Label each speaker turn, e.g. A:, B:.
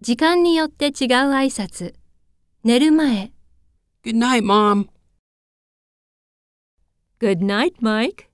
A: 時間によって違う挨拶。寝る前。
B: Good night, Mom.
A: Good night, Mike.